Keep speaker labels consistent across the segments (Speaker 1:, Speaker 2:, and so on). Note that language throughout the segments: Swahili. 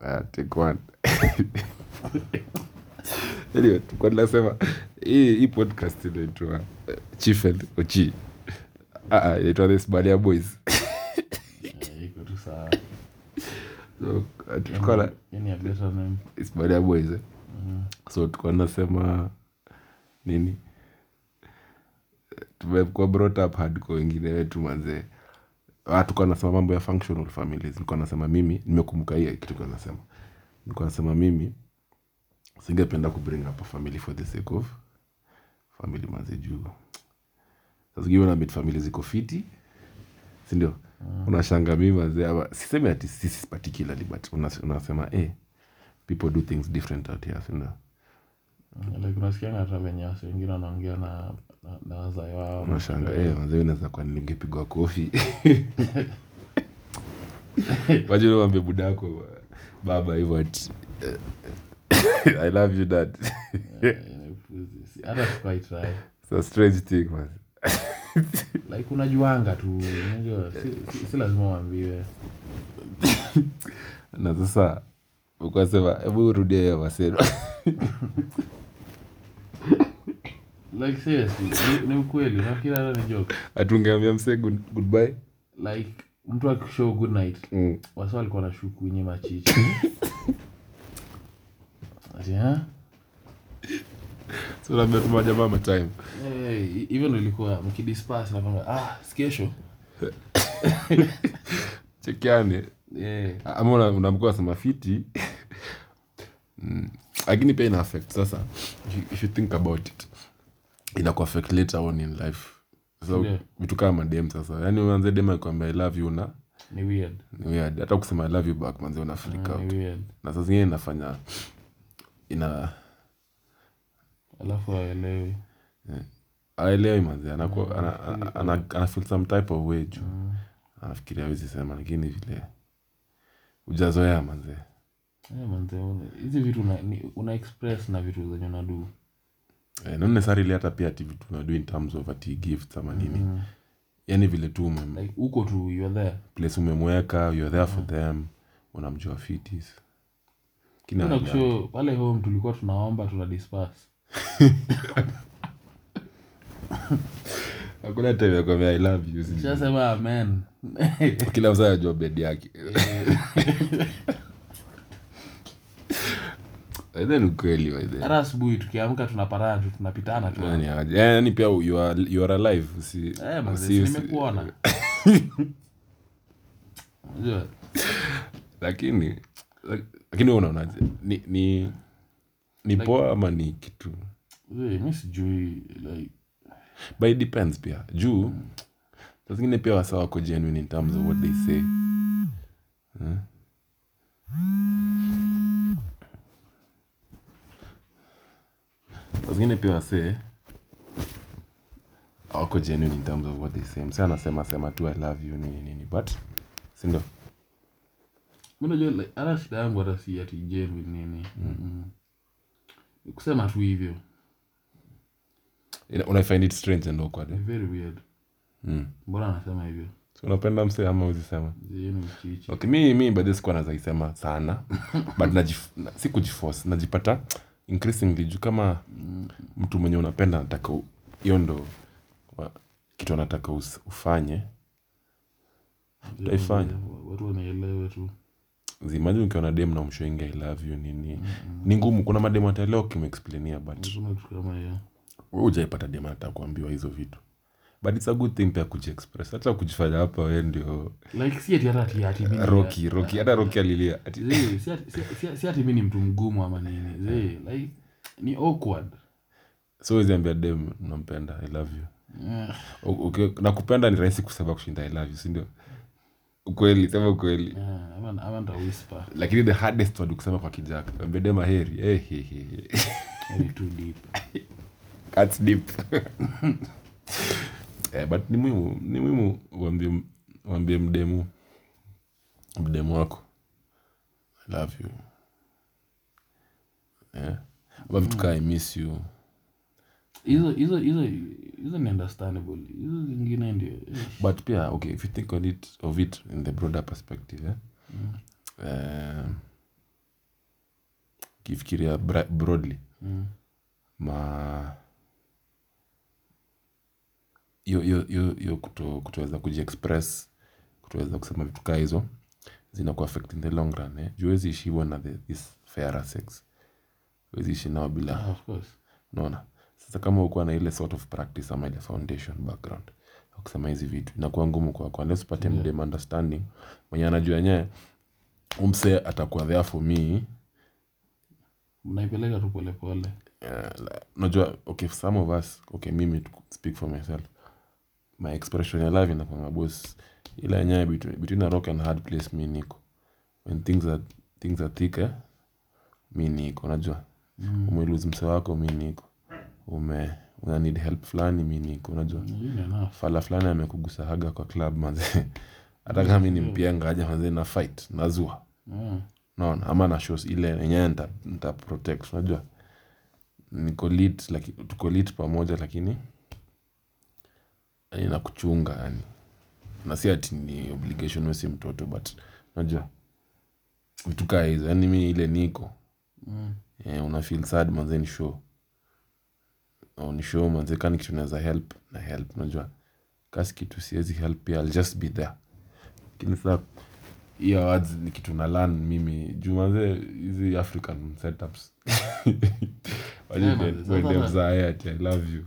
Speaker 1: Ah, take one. Anyway, tulikuwa tunasema hii hii podcast inaitwa eh, Chief and Ochi. Ah ah, inaitwa The Smalia Boys.
Speaker 2: Eh, iko tu sawa.
Speaker 1: So, ah, tulikuwa na
Speaker 2: Hii ni a better name.
Speaker 1: Smalia Boys. Eh.
Speaker 2: mm,
Speaker 1: So tulikuwa tunasema nini? Tumekuwa brought up hard kwa wengine wetu manzee. Ah, tulikuwa nasema mambo ya functional families. Nilikuwa nasema mimi nimekumbuka hiyo kitu nilikuwa nasema. Nilikuwa nasema mimi singependa kubring up a family for the sake of family manze juu sasa sijui una meet family ziko fiti sindio unashanga mi manze ama sisemi ati sisi particularly but unas- unasema eh people do things different out here sindio
Speaker 2: Like, unasikianga hata venye wasi wengine wanaongea na na- na wazazi wao
Speaker 1: unashanga eh manze unaweza kwa ningepigwa kofi wajua wambe budako baba hivyo ati eh, i love you dad
Speaker 2: Eh, ni puzi. Si- hata sikuwahi try.
Speaker 1: it's a strange thing man
Speaker 2: like unajuanga tu unajua si, si, si lazima uambiwe
Speaker 1: na sasa ukasema hebu rudia hiyo maseno
Speaker 2: like seriously ni, ni ukweli unafikiri hata ni joke
Speaker 1: atungeambia msee good, goodbye
Speaker 2: like mtu akishow good night
Speaker 1: mm.
Speaker 2: wasa walikuwa na shuku nye machichi Ati, "Ha?
Speaker 1: so naambia tuma jamaa ma time
Speaker 2: Eh, hivyo ndo ilikuwa mkidispas nakwambia ah si kesho
Speaker 1: chekiane
Speaker 2: Eh,
Speaker 1: ama una- unaamka unasema fiti Mm. lakini pia ina affect sasa if you- if you think about it ina affect later on in life so
Speaker 2: Ndio.
Speaker 1: vitu kama madem sasa yani uanze dem akuambia i love you na
Speaker 2: ni weird
Speaker 1: ni weird hata kusema i love you back manzi una freak
Speaker 2: Ah,
Speaker 1: out
Speaker 2: ni weird
Speaker 1: na saa zingine inafanya ina
Speaker 2: alafu aelewi
Speaker 1: aelewi manzi anakuwa ana, ana, ana, ana feel some type of way juu anafikiria awezi sema lakini vile ujazoea manzee
Speaker 2: Eh, hizi vitu una, ni- una express na vitu zenye unadu
Speaker 1: eh, not necessarily hata pia ati vitu unadu in terms of ati gifts ama nini
Speaker 2: Mm.
Speaker 1: yani Yaani vile tu ume,
Speaker 2: like uko tu you are there
Speaker 1: place umemweka youare there for them unamjua fitis Kina
Speaker 2: Kuna
Speaker 1: haja.
Speaker 2: kushow pale home tulikuwa tunaomba tuna disperse
Speaker 1: hakuna time ya kuambia i love you sijui.
Speaker 2: Ushasema amen
Speaker 1: kila msaa ajua bed yake Eh, then ukweli by the way.
Speaker 2: hata asubuhi tukiamka tunapatana tu tunapitana tu
Speaker 1: Yaani haja. Eh, yaani pia you are, you are alive usi,
Speaker 2: Eh, manze,
Speaker 1: usi- usi-
Speaker 2: nimekuona Unajua,
Speaker 1: lakini lakini wewe unaonaje ni ni, ni poa ama ni kitu
Speaker 2: eh, mi sijui like
Speaker 1: but it depends pia juu saa zingine pia wasa wako genuine in terms of what they say Eh? saa zingine pia wasee awako genuine in terms of what they say msee anasema sema tu i love you nini nini but sindo
Speaker 2: mi najua like, hata shida yangu hata si ati genuine nini Mm. Ni kusema tu hivyo
Speaker 1: unaifind it strange and awkward
Speaker 2: Ni
Speaker 1: eh?
Speaker 2: very weird
Speaker 1: Mm.
Speaker 2: mbona anasema hivyo
Speaker 1: so unapenda msee ama uzisema
Speaker 2: hiyo ni mchichi
Speaker 1: okay, mi mi badhi sikuwa nazaisema sana but najif- na- si kujiforce najipata increasingly juu kama mtu mwenye unapenda nataka hiyo ndo wa- kitu anataka us- ufanye utaifanya.
Speaker 2: watu wanaelewe tu
Speaker 1: zimaji ukiwa na dem na mshoingi i love you nini ni ngumu kuna mademu ataelewa ukimexplainia but
Speaker 2: Hakuna kitu kama hiyo
Speaker 1: wewe hujaipata dem anataka kuambiwa hizo vitu but it's a good thing pia kujiexpress hata kujifanya hapa we ndio
Speaker 2: like si ati hata ati ati mimi-
Speaker 1: roki roki hata roki alilia ati
Speaker 2: Zee, si ati- si- si- si ati mi ni mtu mgumu ama nini Zee, like ni awkward
Speaker 1: so huwezi ambia dem nampenda i love you
Speaker 2: Eh,
Speaker 1: U- uki- nakupenda ni rahisi kusema kushinda i love you sindio ukweli sema ukweli
Speaker 2: eh, ama ama nita whisper
Speaker 1: lakini the hardest word kusema kwa kijaka ambedema heri eh, he, he, he.
Speaker 2: very too deep
Speaker 1: That's deep. eh, but ni muhimu ni muhimu uambie m- uambie mdemu mdemu wako i love you eh? ama vitu kaa i miss you
Speaker 2: hizo hizo hizo hizo ni understandable hizo zingine ndio eh.
Speaker 1: but pia okay if you think on it of it in the broader perspective eh? um, tukifikiria bra- broadly
Speaker 2: Mm.
Speaker 1: ma hiyo- hiyo- hiyo hiyo kuto, kutoweza kujiexpress kutoweza kusema vitu kaa hizo zinaku affect in the long run eh? juu huwezi ishi hivyo na the, this fairer sex huwezi ishi nao bila
Speaker 2: Ah, of course.
Speaker 1: naona sasa kama ukuwa na ile sort of practice ama ile foundation background ya kusema hizi vitu inakuwa ngumu kwako unless upate
Speaker 2: Yeah.
Speaker 1: mdem understanding mwenye anajua yenyewe umse atakuwa there for me
Speaker 2: Mnaipeleka tu polepole.
Speaker 1: eh, unajua okay some of us okay mimi to speak for myself my expression ya love inakwanga bos ila yenyewe between, between a rock and hard place mi niko when things are, things are thick eh, mi niko unajua
Speaker 2: Mm.
Speaker 1: umelose mse wako mi niko ume una need help fulani mi niko unajua
Speaker 2: Hiyo ni enough.
Speaker 1: fala fulani amekugusahaga kwa club manze hata kama mi ni mpianga aja manze na fight nazua
Speaker 2: Ah.
Speaker 1: naona ama na shows ile yenyewe nita, nita protect unajua niko lit laki, tuko lit pamoja lakini yani nakuchunga yani na si ati ni obligation wesi mtoto but unajua vitu kaa hizo yani mi ile niko
Speaker 2: Mm.
Speaker 1: eh, una feel sad manze ni show au ni show manze kani kitu naweza help na help unajua kasi kitu siwezi help pia I'll just be there lakini sasa hiyo awards ni kitu na learn mimi juu manze hizi african setups Wale
Speaker 2: Yeah,
Speaker 1: dem-
Speaker 2: manze,
Speaker 1: wale
Speaker 2: sasa-
Speaker 1: dem za hayati, I love you.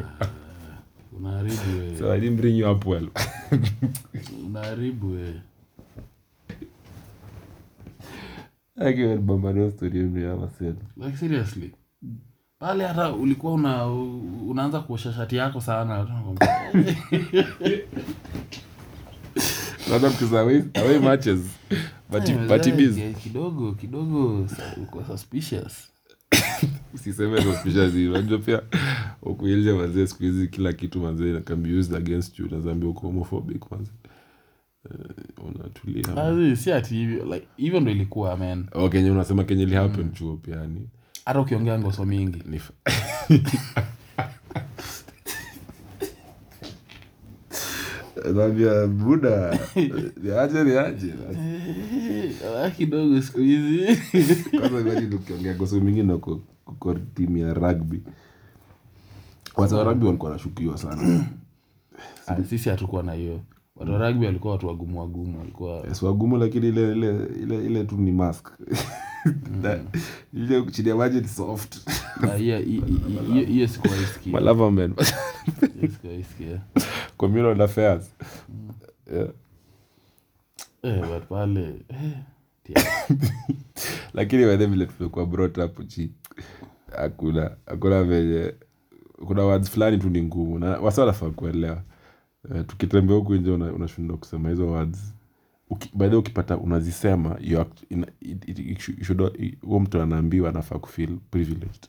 Speaker 2: Unaharibu wewe.
Speaker 1: So I didn't bring you up well.
Speaker 2: Unaharibu wewe.
Speaker 1: Akiwa alibamba nayo story yenu ya Marcelo.
Speaker 2: Like seriously. Pale hata ulikuwa una unaanza kuosha shati yako sana. Watu wanakwambia,
Speaker 1: Naona mkiza away- away matches. Party-
Speaker 2: "Eh,
Speaker 1: party
Speaker 2: mzee,
Speaker 1: biz.
Speaker 2: Kidogo kidogo sa- uko suspicious.
Speaker 1: usiseme suspicious unajua pia huku nje manzee siku hizi kila kitu manzee can be used against you nazambia uko homophobic manze uh, unatulia
Speaker 2: Basi si ati hivyo like hivyo ndo ilikuwa man.
Speaker 1: Oh, kenye unasema kenye lihappen chuo pia yani
Speaker 2: Hata ukiongea ngoso mingi.
Speaker 1: ni f- naambia buda niaje niaje
Speaker 2: Eh, ah, kidogo siku hizi.
Speaker 1: kwanza imagine ukiongea koso mingine uko uko timu ya rugby kwanza wa rugby walikuwa wanashukiwa sana
Speaker 2: Ah, Sisi hatukuwa na hiyo. Watu wa rugby walikuwa watu wagumu wagumu walikuwa
Speaker 1: Yes, Eh, wagumu lakini ile ile ile, ile tu ni mask Na- ile chini ya maji ni soft
Speaker 2: Ah, hiyo- hiyo- hiyo hiyo sikuwahi sikia.
Speaker 1: malava men
Speaker 2: Hiyo sikuwahi sikia.
Speaker 1: communal affairs yeah.
Speaker 2: Eh, but pale eh, tia.
Speaker 1: lakini wene vile tumekuwa brought up chi hakuna hakuna venye kuna words fulani tu ni ngumu na wasanafaa kuelewa Eh, tukitembea huku nje una- unashindwa kusema hizo words Uki- by the way, ukipata unazisema you act- ina- it- it- it should- it should- it- huo mtu anaambiwa anafaa kufeel privileged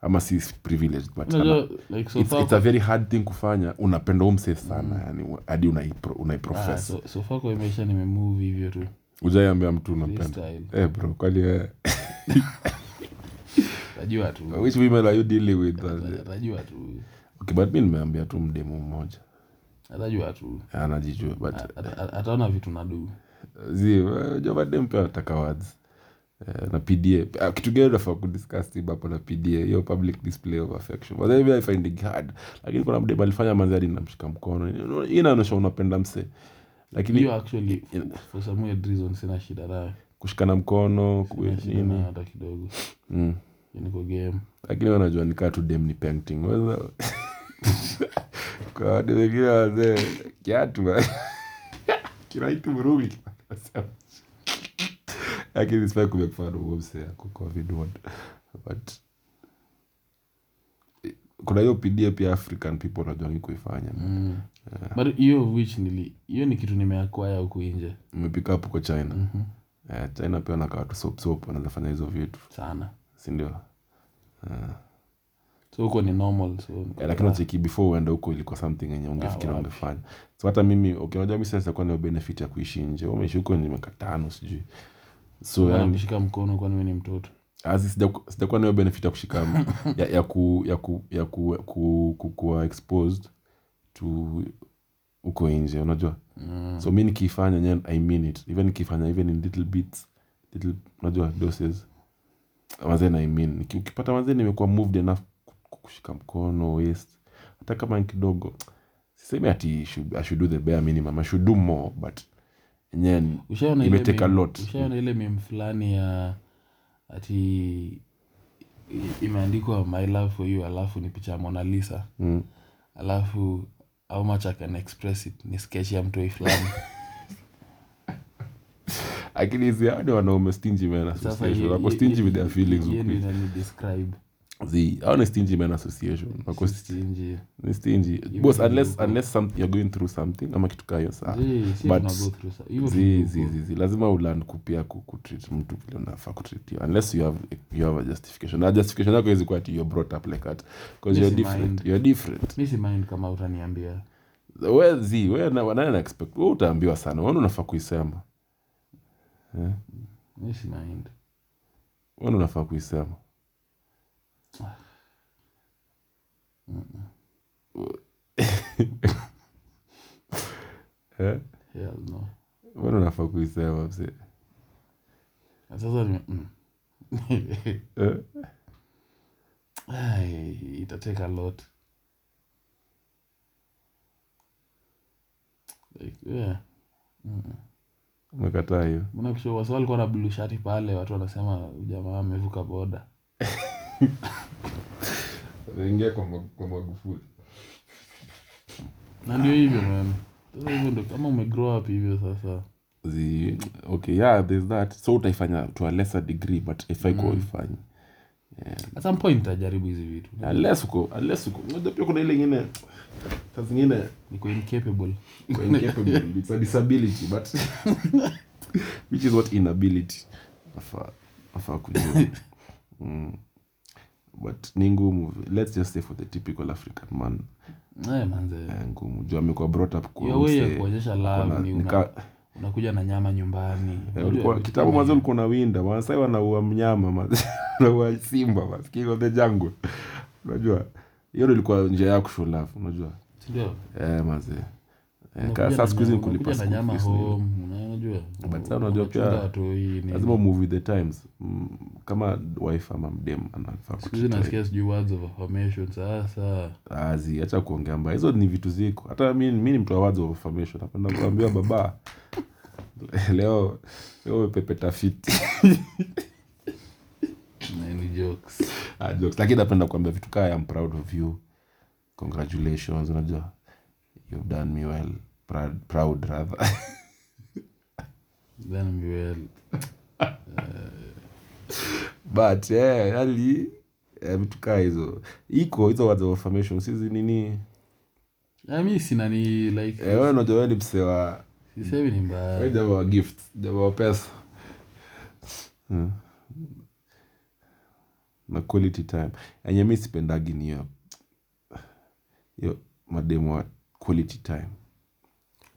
Speaker 1: ama si privileged but ana-
Speaker 2: Unajua like so
Speaker 1: it's,
Speaker 2: far
Speaker 1: it's a very hard thing kufanya unapenda umse sana yani hadi unaipro-
Speaker 2: Mm. Ah,
Speaker 1: unaiprofess
Speaker 2: so, so far kwa hii maisha nimemove hivyo tu
Speaker 1: ujaiambia mtu unapenda
Speaker 2: freestyle
Speaker 1: Eh bro kwani wewe
Speaker 2: tajua tu
Speaker 1: which women are you dealing with
Speaker 2: tajua tu
Speaker 1: okay but mi nimeambia tu mdemu mmoja
Speaker 2: atajua tu
Speaker 1: anajijua but
Speaker 2: Ata- ata- ataona vitu na duu
Speaker 1: jomadem pia anataka words Eh, na pda Ah, kitu gani nafaa kudiscuss tib hapo na pda hiyo public display of affection But then I find it hard lakini kuna mdemu alifanya manzi hadi namshika mkono hii inaonyesha unapenda mse lakini
Speaker 2: hiyo actually for some weird reason sina shida nayo
Speaker 1: kushikana mkono
Speaker 2: Sina
Speaker 1: kuwe-
Speaker 2: shida
Speaker 1: nini
Speaker 2: nayo hata kidogo
Speaker 1: mm.
Speaker 2: niko game
Speaker 1: lakini wanajua nikaa tu dem ni painting Weza- kwa watu wengine wazee kiatu man. kiraitu murumi lakini sifai kumekufana uomse yako kwa vidwod but kuna hiyo pidia pia african people najuangi kuifanya
Speaker 2: mm. but hiyo of which nili hiyo ni kitu nimeakwaya huku nje
Speaker 1: umepika hapo kwa china
Speaker 2: Mhm.
Speaker 1: Eh, china pia wanakaa tu sopsop wanazafanya hizo vitu Eh.
Speaker 2: sana
Speaker 1: sindio
Speaker 2: so huko ni normal so
Speaker 1: Eh, lakini nacheki before uende huko ilikuwa something yenye ungefikira
Speaker 2: Ah, wapi.
Speaker 1: ungefanya so hata mimi ukinajua mi sasa kuwa nayo benefit ya kuishi nje umeishi huko ni miaka tano sijui so
Speaker 2: Mbona
Speaker 1: yani
Speaker 2: kushika mkono kwani wewe ni mtoto
Speaker 1: azi sijaku- sijakuwa nayo benefit ya kushika ya, ya, ku, ya, ku, ya ku, ku, ku, kuwa exposed to huko nje unajua
Speaker 2: mm.
Speaker 1: so mi nikiifanya nyen i mean it even nikifanya even in little bits little unajua doses wazee na I mean, niki- ukipata wazee nimekuwa moved enough ku- kushika mkono yes hata kama ni kidogo sisemi ati I should, I should do the bare minimum I should do more but yenyewe ni-
Speaker 2: ushaona ile
Speaker 1: Imetake a
Speaker 2: meme-
Speaker 1: lot.
Speaker 2: ushaona ile mem fulani ya ati i- imeandikwa my love for you alafu ni picha ya Mona Lisa
Speaker 1: mm.
Speaker 2: alafu how much I can express it ni sketch ya mtoi fulani
Speaker 1: lakini hizi hao ni wanaume stingy men
Speaker 2: sasa
Speaker 1: association wako stingy with their feelings huku.
Speaker 2: describe
Speaker 1: Zi- hao ni stingy men association wako sti-
Speaker 2: stingy
Speaker 1: ni stingy
Speaker 2: You
Speaker 1: boss
Speaker 2: can
Speaker 1: unless
Speaker 2: go.
Speaker 1: unless some, you're going through something ama kitu kaa hiyo saa
Speaker 2: Zii, si
Speaker 1: Ah, but-
Speaker 2: tuna go through sa- hivyo
Speaker 1: zi,
Speaker 2: tuko-
Speaker 1: zi, zi, zi. lazima ulan kupia ku- kutreat mtu vile unafaa kutreatiwa unless you have, you have a justification na justification yako iwezi kuwa ati you're brought up like that because
Speaker 2: Mi
Speaker 1: you're
Speaker 2: si
Speaker 1: different
Speaker 2: mind.
Speaker 1: you're different
Speaker 2: mi si mind kama utaniambia
Speaker 1: we zi we na nani na expect we utaambiwa sana wewe unafaa kuisema eh
Speaker 2: mi si mind
Speaker 1: wewe unafaa kuisema eh
Speaker 2: Hell no.
Speaker 1: wewe unafaa kuisema mzee
Speaker 2: Na sasa ni- mm.
Speaker 1: eh
Speaker 2: Ai, itateka lot like, yeah.
Speaker 1: umekataa hiyo
Speaker 2: Mbona kisha wasi walikuwa na blue shati pale watu wanasema "Huyu jamaa amevuka boda
Speaker 1: ingia kwa magufuli
Speaker 2: na ndio hivyo man sasa hivyo ndo kama umegrow up hivyo sasa
Speaker 1: the okay yeah there's that so utaifanya to a lesser degree but ifai kuwa uifanye
Speaker 2: at some point tajaribu hizi vitu
Speaker 1: unless uko unless uko unajua pia kuna ile ingine saa zingine
Speaker 2: niko incapable
Speaker 1: we're incapable it's a disability but which is what inability afa afa kujua mm. but ni ngumu let's just say for the typical african man
Speaker 2: Eh, manze
Speaker 1: eh, ngumu juu amekuwa brought up kwa
Speaker 2: Your way ya
Speaker 1: mse,
Speaker 2: kuonyesha
Speaker 1: kuna-
Speaker 2: love ni una-
Speaker 1: nika-
Speaker 2: unakuja na nyama nyumbani
Speaker 1: Eh,
Speaker 2: Unajua
Speaker 1: ulikuwa-
Speaker 2: vitu
Speaker 1: kitambo
Speaker 2: kama
Speaker 1: mazi
Speaker 2: hivyo.
Speaker 1: ulikuwa unawinda masai wanaua mnyama mazi. wanaua simba mazi, king of the jungle unajua hiyo ndo ilikuwa njia yako show love unajua
Speaker 2: Sindio?
Speaker 1: eh, mazi eh,
Speaker 2: Unakuja
Speaker 1: ka-
Speaker 2: na
Speaker 1: saa siku hizi ni
Speaker 2: nyama-
Speaker 1: kulipa
Speaker 2: unakuja
Speaker 1: school
Speaker 2: na nyama
Speaker 1: fees ni-
Speaker 2: home, unajua.
Speaker 1: But sasa unajua pia-
Speaker 2: Unachunga watoi, nini.
Speaker 1: lazima umove with the times mm, kama wife ama mdem anafaa
Speaker 2: Siku hizi nasikia sijui words of affirmation sasa
Speaker 1: azi hacha kuongea mbaya hizo ni vitu ziko hata mi, mi ni mtu wa words of affirmation napenda kuambiwa baba leo leo umepepeta fiti
Speaker 2: na ni jokes
Speaker 1: Ah, jokes. lakini napenda kuambia vitu kaa am proud of you congratulations unajua you've done me well proud, proud rather
Speaker 2: then we will
Speaker 1: but yeah, yani eh, vitu kaa hizo iko hizo words of affirmation sizi nini
Speaker 2: Ah, mi sina ni like
Speaker 1: eh, wewe unajua wewe ni msee wa
Speaker 2: sisemi ni
Speaker 1: wewe
Speaker 2: mbaya
Speaker 1: jamaa wa gift jamaa wa pesa Hmm. na quality time enye mi sipendagi ni hiyo hiyo mademu wa quality time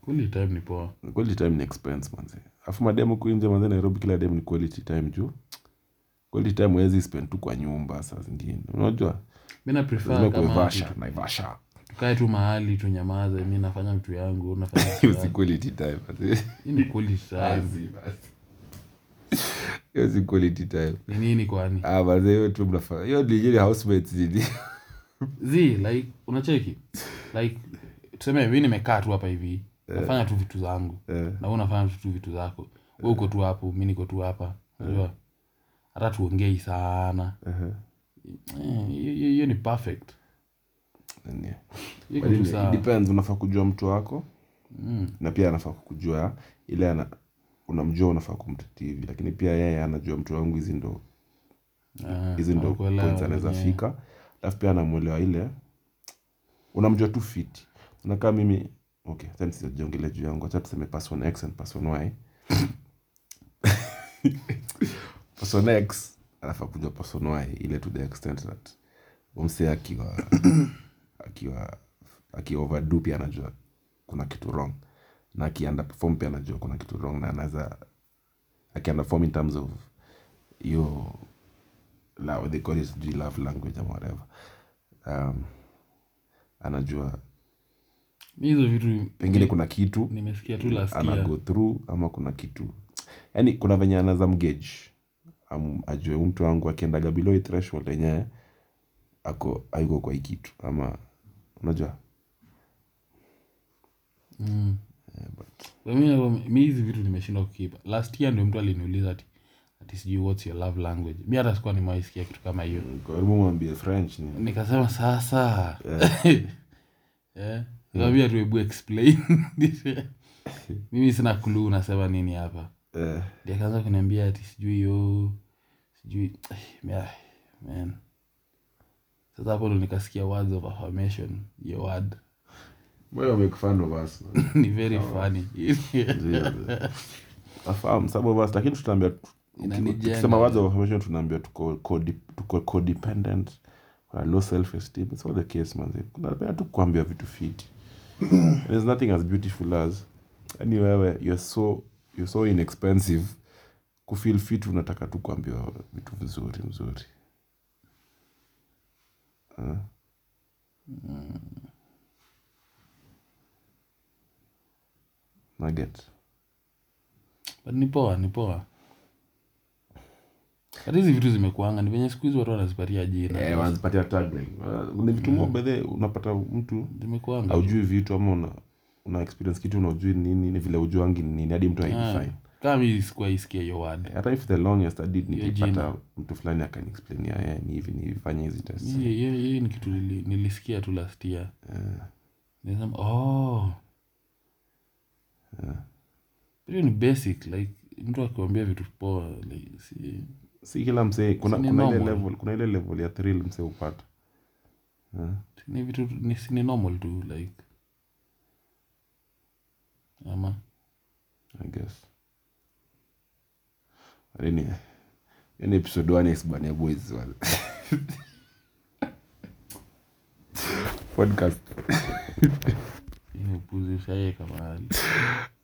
Speaker 2: kuli time ni poa
Speaker 1: quality time ni expense manze alafu mademu kuinje manze nairobi kila demu ni quality time juu quality time huwezi spend tu kwa nyumba saa zingine unajua
Speaker 2: mi na prefer
Speaker 1: lazima
Speaker 2: kama
Speaker 1: kuivasha naivasha
Speaker 2: tukae tu mahali tunyamaze mi nafanya mtu yangu wewe unafanya vitu
Speaker 1: hiyo si
Speaker 2: yako.
Speaker 1: quality time manze.
Speaker 2: Hii ni quality
Speaker 1: Ah,
Speaker 2: time
Speaker 1: hiyo si quality time
Speaker 2: ni nini kwani
Speaker 1: ah manze hiyo tu mnafanya hiyo ni ile housemates ni
Speaker 2: zi like unacheki like tuseme mi nimekaa tu hapa hivi nafanya tu vitu zangu
Speaker 1: eh
Speaker 2: na we unafanya tu vitu zako we uko tu hapo mi niko tu hapa unajua hata tuongei sana
Speaker 1: eh
Speaker 2: Eh, hiyo hiyo- hiyo ni perfect
Speaker 1: nani
Speaker 2: Hiyo iko
Speaker 1: But
Speaker 2: tu
Speaker 1: it- it
Speaker 2: sawa.
Speaker 1: depends unafaa kujua mtu wako
Speaker 2: Mm.
Speaker 1: na pia anafaa kukujua ile ana unamjua unafaa kumtetea hivi lakini pia yeye anajua mtu wangu hizi ndo
Speaker 2: Ah, eh.
Speaker 1: hizi ndo
Speaker 2: nakuelewa
Speaker 1: points anaweza
Speaker 2: mwenyewe.
Speaker 1: fika alafu pia anamwelewa ile unamjua tu fit unakaa mimi okay then sijaongelea juu yangu acha tuseme person x and person y person x alafu akujua person y ile to the extent that umse akiwa akiwa akiwa overdo pia anajua kuna kitu wrong na akiunderperform pia anajua kuna kitu wrong na anaweza akiunderperform in terms of hiyo la what they call it sijui love language ama whatever um, anajua
Speaker 2: Mi hizo vitu
Speaker 1: pengine kuna kitu
Speaker 2: nimesikia tu last
Speaker 1: ana
Speaker 2: year
Speaker 1: go through ama kuna kitu yani kuna venye anaza mgage am- ajue huyu mtu wangu akiendaga below hii threshold yenyewe ako hayuko kwa hii kitu ama unajua
Speaker 2: Mm. But mi nakuwa- mi hizi vitu nimeshindwa kukipa last year ndio mtu aliniuliza ati ati sijui whats your love language mi hata sikuwa nimewaisikia kitu kama hiyo
Speaker 1: karibu mwambie french ni
Speaker 2: nikasema sasa Eh? yeah. yeah. tuebu explain mimi sina clue unasema nini hapa
Speaker 1: eh,
Speaker 2: Ndio akaanza kuniambia ati sijui yo sijui yeah, man sasa hapo ndo nikasikia words of affirmation your word
Speaker 1: moyo make fun of us man.
Speaker 2: ni very funny
Speaker 1: Afahamu, some of us lakini tutaambia
Speaker 2: Inanijenga.
Speaker 1: tukisema words of affirmation tunaambia tuko codi- tuko codependent kuna low self esteem it's all the case manze tunapenda tu kuambia vitu fit there's nothing as beautiful as yani wewe you're so you're so inexpensive kufeel fit unataka tu kuambiwa vitu vizuri mzuri Eh? Naget.
Speaker 2: but ni poa ni poa hata hizi vitu zimekuanga ni venye siku hizi watu wanazipatia jina
Speaker 1: Eh, wanazipatia tagline Wana- ni vitu
Speaker 2: Mm.
Speaker 1: mob by the way, unapata mtu
Speaker 2: zimekuanga
Speaker 1: aujui vitu ama una, una experience kitu unaujui nini ni vile ujuangi ni nini hadi mtu
Speaker 2: Ah,
Speaker 1: aidefine
Speaker 2: kama mi sikuwa isikia hiyo word
Speaker 1: hata if the longest I did
Speaker 2: Hiyo
Speaker 1: nilipata
Speaker 2: jina.
Speaker 1: mtu fulani akaniexplainia yeah, ni hivi nifanye hizi test
Speaker 2: Hiyo- hiyo hiyo ni kitu nili- nilisikia tu last year
Speaker 1: Eh,
Speaker 2: Nisema, oh hiyo ni basic like mtu akiwambia vitu poa like, si
Speaker 1: si kila msee kuna,
Speaker 2: Si ni
Speaker 1: kuna ile
Speaker 2: normal.
Speaker 1: level kuna ile level ya thrill msee Eh, upata
Speaker 2: si ni vitu ni, si ni normal tu like ama
Speaker 1: i guess lakini yani yaani episode 1 isbania boys wale podcast
Speaker 2: hii ni upuzi ushaiweka mahali